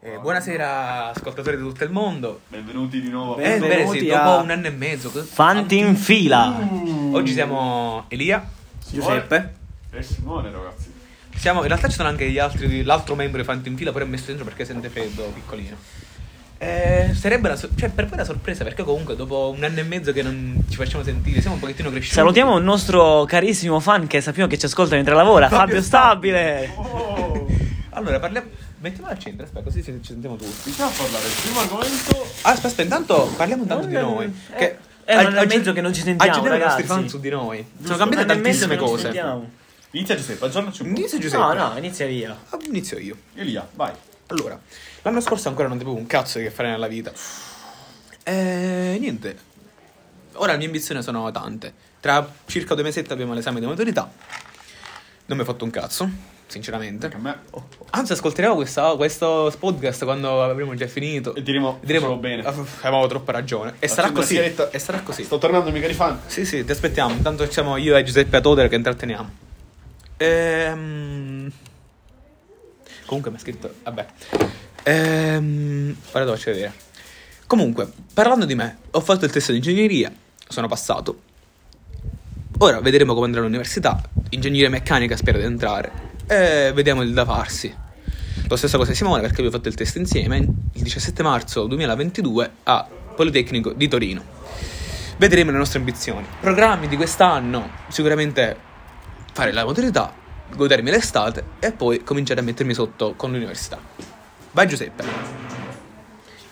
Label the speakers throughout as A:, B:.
A: Eh, buonasera ascoltatori di tutto il mondo.
B: Benvenuti di nuovo.
A: Eh, bene, sì,
C: a-
A: dopo un anno e mezzo. che-
C: Fanti in fila.
A: Oggi siamo Elia.
C: Giuseppe.
B: E Eh, Simone, ragazzi.
A: Siamo, in realtà ci sono anche gli altri, l'altro membro di Fanti in fila, però è messo dentro perché sente freddo, piccolino. Eh, sarebbe una sor- cioè, per voi una sorpresa, perché comunque dopo un anno e mezzo che non ci facciamo sentire, siamo un pochettino cresciuti.
C: Salutiamo il nostro carissimo fan che sappiamo che ci ascolta mentre lavora,
A: Fabio
C: Fabio, Stabile.
B: Oh!
A: Allora, parliamo. Mettiamo al centro, aspetta, così ci ci sentiamo tutti.
B: Iniziamo a parlare del primo argomento.
A: Ah, aspetta, aspetta, intanto parliamo tanto di noi.
C: Eh,
A: Che
C: è un anno e
A: aggi-
C: mezzo che non ci sentiamo,
A: aggiorniamo i nostri
C: ragazzi.
A: fan su di noi.
C: Giusto,
A: Sono cambiate
C: un anno e mezzo
A: tantissime
C: che non ci
A: cose.
C: sentiamo.
B: Inizia Giuseppe, aggiornaci un po'.
A: Inizia Giuseppe.
C: No, no, inizia via.
A: Ah, Inizio io.
B: Elia, vai.
A: Allora, l'anno scorso ancora non avevo un cazzo di che fare nella vita. E niente. Ora le mie ambizioni sono tante. Tra circa due mesetti abbiamo l'esame di maturità. Non mi ho fatto un cazzo,
B: Che a
A: sinceramente.
B: me-
A: Anzi, ascolteremo questa- questo podcast quando avremo già finito.
B: E diremo,
A: Diremo,
B: facevo bene.
A: "Ah, Avevamo troppa ragione. E sarà
B: Accendo
A: così.
B: una sigaretta.
A: E sarà così.
B: Sto tornando, miei cari fan.
A: Sì, sì, ti aspettiamo. Intanto siamo io e Giuseppe Atodere che intratteniamo. Ehm... Comunque mi ha scritto... Vabbè. Ehm... Ora devo vedere. Comunque, parlando di me, ho fatto il test di ingegneria, sono passato. Ora vedremo come andrà all'università. Ingegneria meccanica spero di entrare. E vediamo il da farsi. Lo stesso cosa di Simone perché abbiamo fatto il test insieme il 17 marzo 2022 a Politecnico di Torino. Vedremo le nostre ambizioni. Programmi di quest'anno sicuramente fare la maturità, godermi l'estate e poi cominciare a mettermi sotto con l'università. Vai Giuseppe.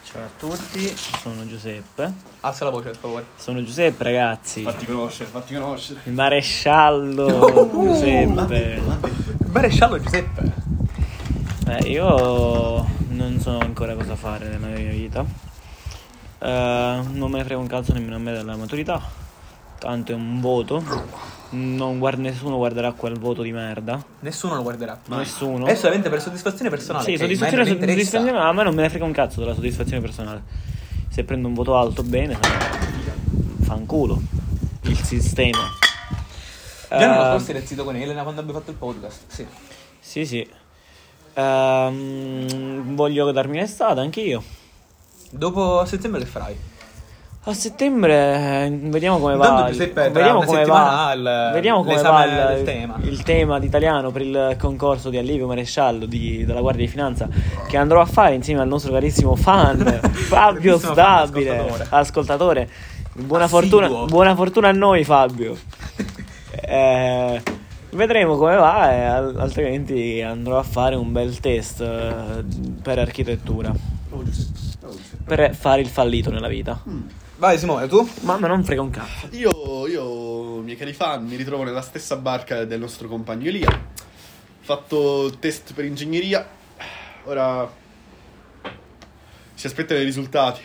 C: Ciao a tutti, sono Giuseppe.
A: Alza la voce per favore.
C: Sono Giuseppe, ragazzi.
B: Fatti conoscere, fatti conoscere.
C: Il
A: Oh,
C: maresciallo Giuseppe.
A: Maresciallo Giuseppe.
C: Eh, io non so ancora cosa fare nella mia vita. Eh, non me ne frega un cazzo nemmeno a me della maturità. Tanto è un voto. Non guard- nessuno guarderà quel voto di merda.
A: Nessuno lo guarderà.
C: Nessuno.
A: È solamente per soddisfazione personale.
C: Sì,
A: che
C: soddisfazione,
A: mai non interessa.
C: soddisfazione- a me non me ne frega un cazzo della soddisfazione personale. Se prendo un voto alto, bene, se- fanculo. Il sistema.
A: Io non
C: Eh,
A: lo so se eri zitto con Elena quando abbiamo fatto il podcast. Sì.
C: Sì, sì. Ehm, voglio darmi l'estate anch'io.
A: Dopo settembre che farai?
C: A settembre eh, vediamo come
A: Intanto
C: va. il-
A: Giuseppe, tra
C: vediamo
A: una
C: come
A: settimana
C: va.
A: ha il-
C: vediamo come
A: l'esame
C: va il,
A: del tema.
C: il tema di italiano per il concorso di allievo maresciallo di- della Guardia di Finanza che andrò a fare insieme al nostro carissimo fan Fabio
A: Grandissimo fan,
C: Stabile,
A: ascoltatore.
C: ascoltatore. Buona
A: Assiduo.
C: fortuna, buona fortuna a noi Fabio. Eh, vedremo come va e al- altrimenti andrò a fare un bel test eh, per architettura.
A: Oh,
C: Per fare il fallito nella vita.
A: Vai Simone, tu?
C: Mamma non frega un cazzo.
D: Io, io, miei cari fan, mi ritrovo nella stessa barca del nostro compagno Elia. Ho Fatto il test per ingegneria. Ora si aspettano i risultati.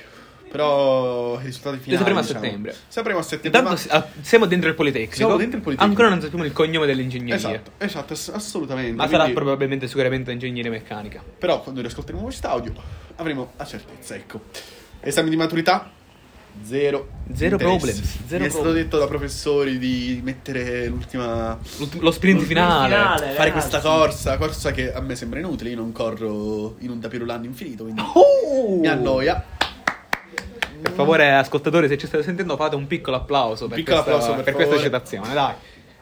D: Però i risultati finali.
A: sapremo a
D: diciamo.
A: settembre.
D: Sapremo a settembre.
A: Intanto
D: ma-
A: s- ah, siamo dentro il Politecnico.
D: Siamo dentro il Politecnico.
A: Ancora non sappiamo il cognome dell'ingegneria.
D: Esatto, esatto, ass- assolutamente.
A: Ma sarà
D: Quindi-
A: probabilmente sicuramente ingegneria meccanica.
D: Però quando riascolteremo quest'audio avremo la certezza, ecco. Esami di maturità? Zero.
A: Zero
D: interesse.
A: problems, zero
D: Mi è stato
A: problem.
D: detto da professori di mettere l'ultima
A: L'ult- Lo sprint finale.
C: finale.
D: fare
C: ragazzi.
D: questa corsa, corsa che a me sembra inutile, io non corro in un tapirulano infinito, quindi
A: Oh!
D: mi annoia.
A: Per favore, ascoltatori, se ci state sentendo, fate un piccolo applauso per,
D: Piccolo
A: questa,
D: applauso, per
A: per questa
D: favore.
A: citazione. Dai.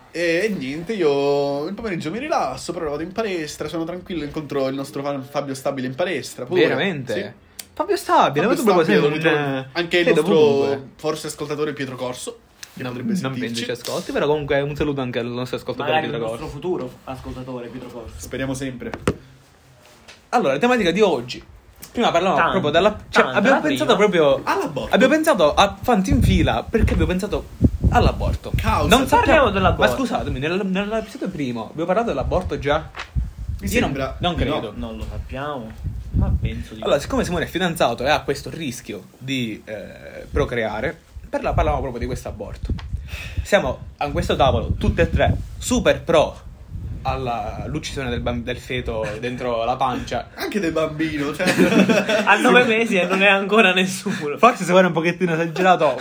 D: E, niente, io il pomeriggio mi rilasso, però vado in palestra, sono tranquillo, incontro il nostro fan Fabio Stabile in palestra. pure.
A: Veramente.
D: Sì.
A: Fabio Stabile, ma tu
D: Fabio
A: proprio
D: Stabile
A: sei
D: lo
A: Ah, un,
D: ritrovo-
A: eh,
D: Anche il
A: sei
D: nostro
A: dovunque.
D: forse ascoltatore Pietro Corso, che
A: Non,
D: potrebbe
A: non penso
D: sentirci.
A: ci ascolti, però comunque un saluto anche al nostro ascoltatore Pietro Corso.
C: futuro ascoltatore Pietro Corso.
D: Speriamo sempre.
A: Allora, la tematica di oggi. Prima parlavamo
C: Tanto,
A: proprio della. Cioè,
C: tanto,
A: abbiamo
C: la
A: pensato
C: prima.
A: proprio.
D: All'aborto.
A: Abbiamo pensato a Fanti in fila perché abbiamo pensato all'aborto.
D: Causa.
C: Parliamo dell'aborto.
A: Ma scusatemi, nel- nell'episodio primo abbiamo parlato dell'aborto già.
D: Mi
A: Io non-
D: sembra
A: non
D: di
A: credo.
D: no.
C: Non lo sappiamo, ma penso di
A: Allora, siccome Simone è fidanzato e ha questo rischio di eh, procreare, per la parlavamo proprio di questo aborto. Siamo a questo tavolo, tutte e tre, super pro alla- all'uccisione del, bamb- del feto dentro la pancia.
D: Anche del bambino, cioè
C: A nove mesi e non è ancora nessuno.
A: Forse se vuole un pochettino esagerato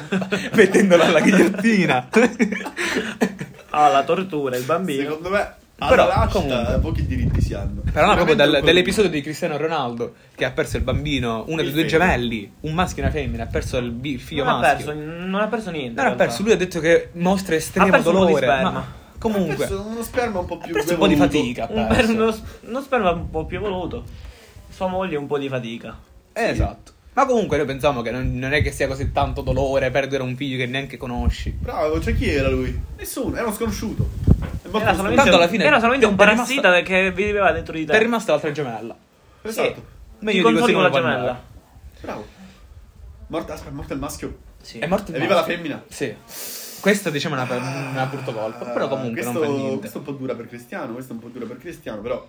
A: mettendolo alla ghigliottina.
C: Ah, la tortura, il bambino.
D: secondo me
A: Però,
D: All'asta,
A: comunque.
D: pochi diritti si hanno.
A: Però no, proprio
D: Veramente
A: dal-
D: un colpo.
A: dall'episodio di Cristiano Ronaldo che ha perso il bambino, uno
D: Il
A: dei due
D: figlio.
A: gemelli, un maschio e una femmina, ha perso il, bi- il figlio
C: non, ha
A: maschio.
C: perso, non ha perso niente.
A: non ha
C: in realtà.
A: perso, lui ha detto che mostra estremo
C: Ha perso un po' di
A: dolore.
C: sperma.
A: ma
D: Ha
A: comunque,
D: perso uno sperma un po' più
A: perso un po' di
D: evoluto.
A: fatica. ha
C: Un
A: perso.
C: per- uno, s- uno sperma un po' più evoluto. Sua moglie un po' di fatica.
A: Eh, Esatto. Ma comunque noi pensiamo che non, non è che sia così tanto dolore perdere un figlio che neanche conosci.
D: Bravo, cioè chi era lui? Nessuno, era uno sconosciuto. È morto
C: Era
D: uno
C: solamente,
A: Tanto alla
C: un-
A: fine
C: era solamente
A: ti-
C: un
A: ti è rimasta-
C: parassita che viveva dentro di te.
A: Ti è rimasta l'altra gemella.
D: sconosciuto.
C: Sì.
D: Esatto.
A: Ma
C: Ti
A: io dico
C: consoli
A: sì, non
C: con la
A: lo voglio
C: gemella.
A: andare.
D: Bravo. Morto, aspetta, è morto il maschio.
C: Sì.
A: È morto il
D: E viva la
A: maschio.
D: femmina.
A: Sì. Questa diciamo è una, una brutta colpa.
D: Ah,
A: Però comunque
D: questo,
A: non fa niente.
D: questo è un po' dura per Cristiano, questo è un po' dura per Cristiano, però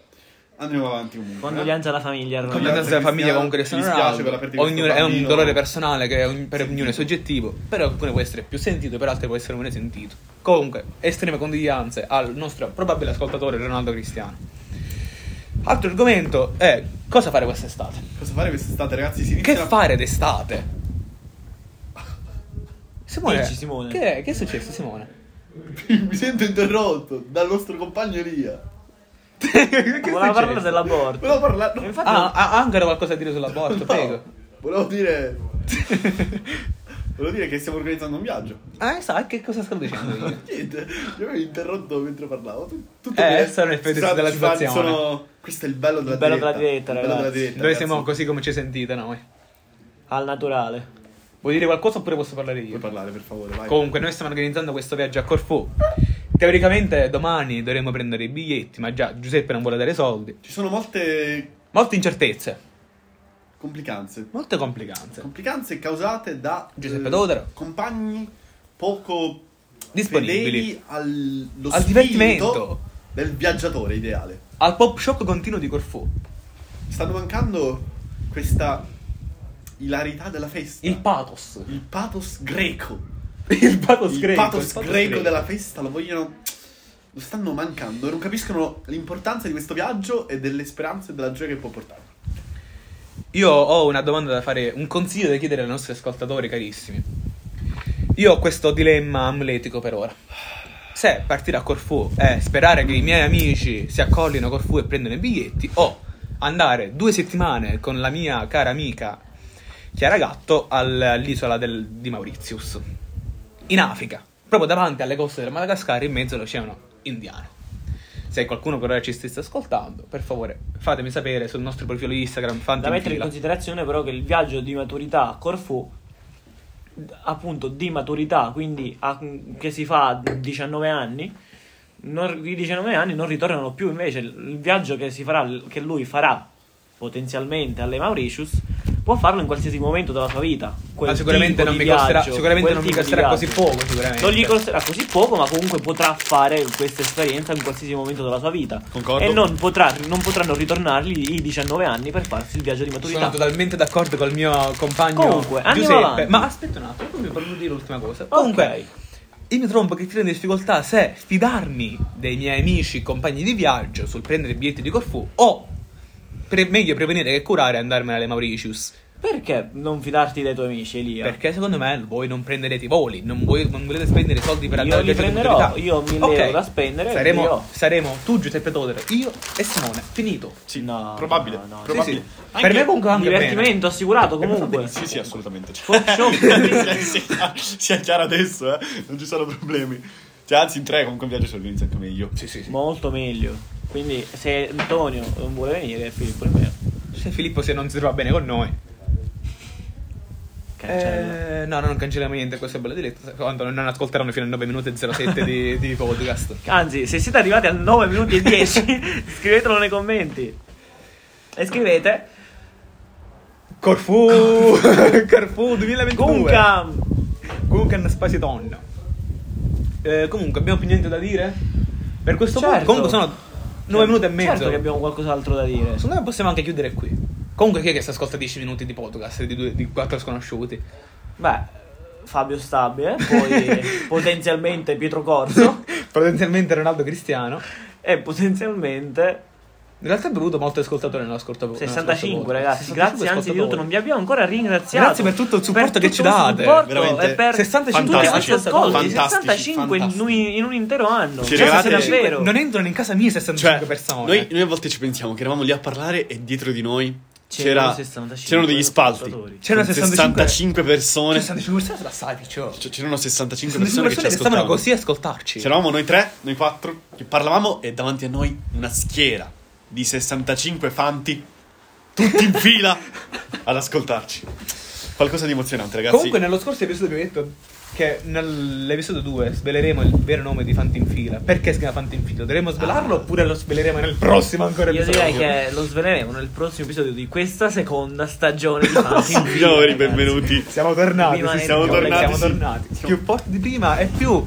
D: andremo avanti comunque. eh.
C: Condoglianze alla famiglia.
A: Con
D: Condoglianze
A: la
C: ormai.
A: terza famiglia
D: Cristiano,
A: comunque Cristiano
D: mi dispiace
A: Ronaldo.
D: per la perdita di
A: Ognuno-
D: questo
A: è un
D: bambino.
A: dolore personale che è ogni- per
D: Sentito.
A: ognuno è soggettivo, però alcune può essere più sentito, per altre può essere meno sentito. Comunque, estreme condoglianze al nostro probabile ascoltatore Ronaldo Cristiano. Altro argomento è cosa fare quest'estate?
D: Cosa fare quest'estate, ragazzi? Si
A: Che
D: inizia...
A: fare d'estate? Simone,
C: Dici, Simone.
A: Che, che è successo Simone?
D: Mi sento interrotto dal nostro compagno Elia.
A: che
C: Voleva parlare
A: della
C: dell'aborto.
D: Volevo parlare...
C: E
D: no,
C: Infatti,
A: Ah, ha ha ancora qualcosa da dire sull'aborto,
D: no,
A: prego.
D: Volevo dire... volevo dire che stiamo organizzando un viaggio.
A: Ah, sa, che cosa sto dicendo io?
D: Niente, io mi ero interrotto mentre parlavo. Tu- Tutto
A: Eh,
D: bene.
A: sono effetti
D: Scusate,
A: della
D: ci fa-
A: situazione.
D: sono- Questo è il bello della
C: Il bello
D: diretta.
C: della diretta,
D: Il bello della
C: ragazzi.
D: diretta,
A: Noi
D: ragazzi.
A: siamo così come ci sentite noi.
C: al naturale.
A: Vuoi dire qualcosa oppure posso parlare io?
D: Puoi parlare, per favore, vai.
A: Comunque, noi stiamo organizzando questo viaggio a Corfù. Teoricamente domani dovremmo prendere i biglietti, ma già Giuseppe non vuole dare soldi.
D: Ci sono molte
A: Molte incertezze,
D: complicanze.
A: molte complicanze.
D: Complicanze causate da eh,
A: Giuseppe Todaro.
D: compagni poco
A: Disponibili.
D: fedeli allo
A: Al
D: spirito
A: divertimento.
D: del viaggiatore ideale.
A: Al pop shop continuo di Corfù.
D: Mi Stanno mancando questa ilarità della festa.
A: Il pathos.
D: Il pathos greco.
A: Il pathos
D: il
A: greco.
D: pathos greco della festa lo vogliono lo stanno mancando e non capiscono l'importanza di questo viaggio e delle speranze e della gioia che può portare
A: Io ho una domanda da fare, un consiglio da chiedere ai nostri ascoltatori carissimi. Io ho questo dilemma amletico per ora. Se partire a Corfù è sperare che i miei amici si accollino a Corfù e prendano i biglietti, o andare due settimane con la mia cara amica Chiara Gatto all'isola del- di Mauritius, in Africa, proprio davanti alle coste del Madagascar, in mezzo all'oceano indiano. Se qualcuno per ora ci stesse ascoltando, per favore fatemi sapere sul nostro profilo Instagram. Fanti
C: Da
A: in
C: mettere in
A: fila.
C: considerazione, però, che il viaggio di maturità a Corfù, d- appunto di maturità, quindi a- che si fa a 19 anni, non, i 19 anni non ritornano più. Invece, il viaggio che, si farà, che lui farà potenzialmente alle Mauritius può farlo in qualsiasi momento della sua vita. Quel
A: Ma sicuramente
C: tipo
A: non
C: di
A: mi costerà,
C: viaggio,
A: sicuramente
C: quel
A: non mi
C: tipo di
A: costerà così
C: viaggio.
A: poco, sicuramente.
C: Non gli costerà così poco, ma comunque potrà fare questa esperienza in qualsiasi momento della sua vita.
D: Concordo.
C: E non, potrà- non potranno ritornargli i 19 anni per farsi il viaggio di maturità.
A: Sono totalmente d'accordo col mio compagno
C: Comunque, andiamo
A: Giuseppe.
C: avanti.
A: Ma aspetta un attimo, poi mi voglio dire l'ultima cosa.
C: Ok.
A: Comunque, io mi trovo che tiro in difficoltà se fidarmi dei miei amici, compagni di viaggio sul prendere i biglietti di Corfù o pre- meglio prevenire che curare e andarmene alle Mauritius.
C: Perché non fidarti dai tuoi amici, Elia?
A: Perché secondo me voi non prenderete i voli, non, voi- non volete spendere soldi per
C: Io
A: andare
C: li
A: al viaggio di
C: prenderò,
A: maturità.
C: io mille
A: Ok.
C: euro da spendere,
A: Saremo,
C: io.
A: saremo tu, Giuseppe Todero, io e Simone. Finito.
D: sì
C: No,
D: probabile
C: no, no,
D: probabile
A: Sì, sì. Per me comunque anche bene.
C: Divertimento assicurato comunque.
D: sì sì assolutamente
C: Pop shop.
D: sia, sia chiaro adesso eh? non ci sono problemi cioè, anzi in tre comunque un viaggio si organizza anche meglio
A: Sì, sì, sì.
C: Molto meglio. Quindi se Antonio non vuole venire, Filippo è mio.
A: Se Filippo se non si trova bene con noi.
C: Cancella.
A: Eh, no, no, non cancelliamo niente, questo è bello diretto. Quando non ascolteranno fino a 9 minuti e 07 di, di podcast.
C: Anzi, se siete arrivati a 9 minuti e 10, scrivetelo nei commenti. E scrivete
A: Corfu! Corfu 2022!
C: Gunka.
A: Gunkan Spasiton. Eh, comunque, abbiamo più niente da dire? Per questo
C: Certo.
A: punto, comunque sono 9 minuti e mezzo.
C: Certo che abbiamo qualcos'altro da dire.
A: Secondo me possiamo anche chiudere qui. Comunque, chi è che si ascolta 10 minuti di podcast di, due, di quattro sconosciuti?
C: Beh, Fabio Stabile, poi potenzialmente Pietro Corso
A: Potenzialmente Ronaldo Cristiano.
C: e potenzialmente
A: In realtà è bevuto molti ascoltatori nella scorta nella scorsa
C: 65
A: volta.
C: ragazzi,
A: 65
C: grazie anzitutto, non
A: ascoltatori.
C: vi abbiamo ancora ringraziato.
A: Grazie per tutto il supporto
C: Per
A: che ci
C: tutto il
A: date,
C: supporto
D: veramente.
C: e per
A: 65
C: tutti questi
A: fantastici,
C: ascolti,
D: fantastici,
C: 65 in un, in un intero anno.
D: Ci
C: Cioè,
D: regalate-
C: davvero.
A: Non entrano in casa mia 65
D: Cioè,
A: persone.
D: noi, noi a volte ci pensiamo che eravamo lì a parlare e dietro di noi
C: C'erano
D: c'era-
C: 65
D: c'erano degli spalti.
C: ascoltatori.
A: C'erano
D: Con
A: 65
D: 65 persone.
A: 65 persone tra sai, cioè.
D: C- C'erano 65
A: Persone,
D: persone,
A: persone che
D: che ci
A: stavano
D: ascoltavano.
A: così a ascoltarci.
D: C'eravamo noi tre, noi quattro, che parlavamo e davanti a noi una schiera di 65 fanti, tutti in fila, ad ascoltarci. Qualcosa di emozionante, ragazzi.
A: Comunque, nello scorso episodio abbiamo detto che nell'episodio 2 sveleremo il vero nome di Fanti in fila. Perché si chiama Fanti in fila? Dovremmo svelarlo oppure lo sveleremo nel prossimo ancora
C: Io
A: episodio?
C: direi che lo sveleremo nel prossimo episodio di questa seconda stagione di Fanti in Fila,
D: Signori,
C: ragazzi.
D: benvenuti.
A: Siamo tornati,
C: Prima
A: sì,
C: ne-
A: siamo
D: siamo
A: tornati,
D: tornati,
A: siamo
D: sì.
A: tornati. Più forti di prima e più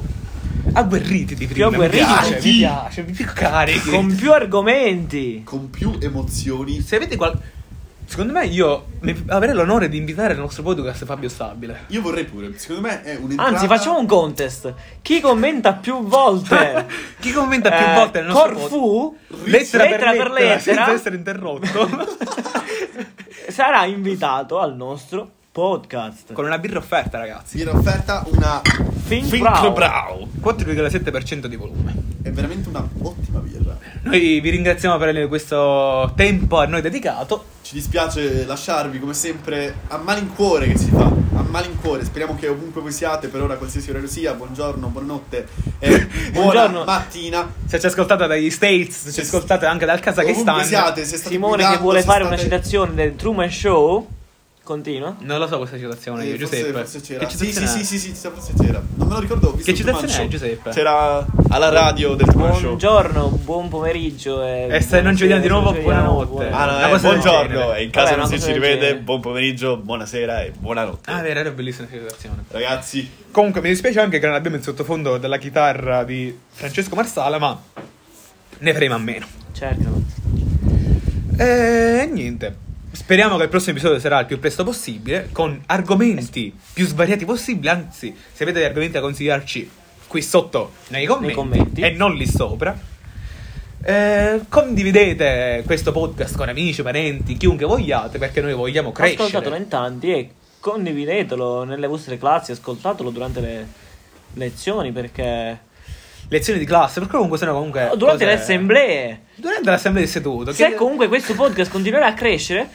A: agguerriti di prima.
C: agguerriti.
A: Mi piace, mi piace, mi più carichi.
C: Con più argomenti.
D: Con più emozioni.
A: Se avete qual... Secondo me io mi- avrei l'onore di invitare al nostro podcast Fabio Stabile.
D: Io vorrei pure, secondo me è un
C: Anzi, facciamo un contest. Chi commenta più volte?
A: Cioè, Chi commenta più
C: eh,
A: volte nel nostro
C: Corfù
A: podcast? Lettera,
C: lettera per lettera.
A: senza essere interrotto.
C: sarà invitato al nostro podcast.
A: Con una birra offerta, ragazzi.
D: viene offerta una...
C: Think
D: Finchro
C: Brown.
D: Brau.
A: 4,7% di volume.
D: È veramente una ottima birra.
A: Noi vi ringraziamo per questo tempo a noi dedicato.
D: Ci dispiace lasciarvi come sempre a malincuore che si fa, a malincuore. Speriamo che ovunque voi siate, per ora qualsiasi orario sia, buongiorno, buonanotte e buona
C: Buongiorno.
D: mattina.
A: Se ci ascoltate dagli States, se ci ascoltate anche dal
D: Ovunque
A: Kazakistan.
D: siate, se state
C: Simone che
D: guidando,
C: vuole
D: se
C: fare
D: state-
C: una citazione del Truman Show. Continua.
A: Non lo so questa citazione, io,
D: Eh,
A: Giuseppe.
D: forse, forse c'era.
A: Che
D: Sì,
A: citazione
D: sì,
A: è?
D: sì, sì, sì, forse c'era. Non me lo ricordo. ho visto
A: Che
D: il Truman
A: citazione è,
D: Show.
A: Giuseppe?
D: C'era alla radio del Truman Show.
C: Buongiorno, buon pomeriggio. E,
A: E se non ci vediamo di nuovo,
C: buonasera, se non ci
A: buonanotte.
C: vediamo,
D: Ah, no,
A: Una
D: eh,
A: cosa del
D: buongiorno.
A: genere.
D: E in caso
C: Vabbè,
D: non
C: una
D: si
C: cosa
D: ci
C: del
D: rivede,
C: genere.
D: buon pomeriggio, buonasera e buonanotte.
A: Ah, vero, era bellissima questa citazione.
D: Ragazzi,
A: Comunque, mi dispiace anche che non abbiamo il sottofondo della chitarra di Francesco Marsala, ma ne faremo a meno.
C: Cercalo.
A: E niente. Speriamo che il prossimo episodio sarà il più presto possibile, con argomenti più svariati possibili. Anzi, se avete degli argomenti da consigliarci qui sotto nei commenti,
C: commenti.
A: e non lì sopra. Eh, condividete questo podcast con amici, parenti, chiunque vogliate, perché noi vogliamo crescere.
C: Ascoltatelo in tanti e condividetelo nelle vostre classi, ascoltatelo durante le lezioni perché
A: Lezioni di classe, perché comunque sono comunque.
C: durante
A: cose-
C: le assemblee.
A: Durante l'assemblea di seduto.
C: Se
A: che-
C: comunque questo podcast continuerà a crescere,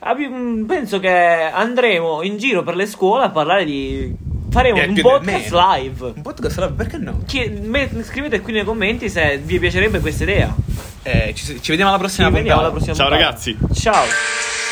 C: abbi- mh, penso che andremo in giro per le scuole a parlare di faremo
A: Eh,
C: un
A: più del
C: podcast
A: meno.
C: live.
A: Un podcast live, perché no?
C: Chi- me- scrivete qui nei commenti se vi piacerebbe questa idea.
A: Eh, ci, ci vediamo alla
C: Ci
A: prossima
C: vediamo alla
A: puntata.
C: prossima
D: Ciao,
C: puntata.
D: ragazzi.
C: Ciao.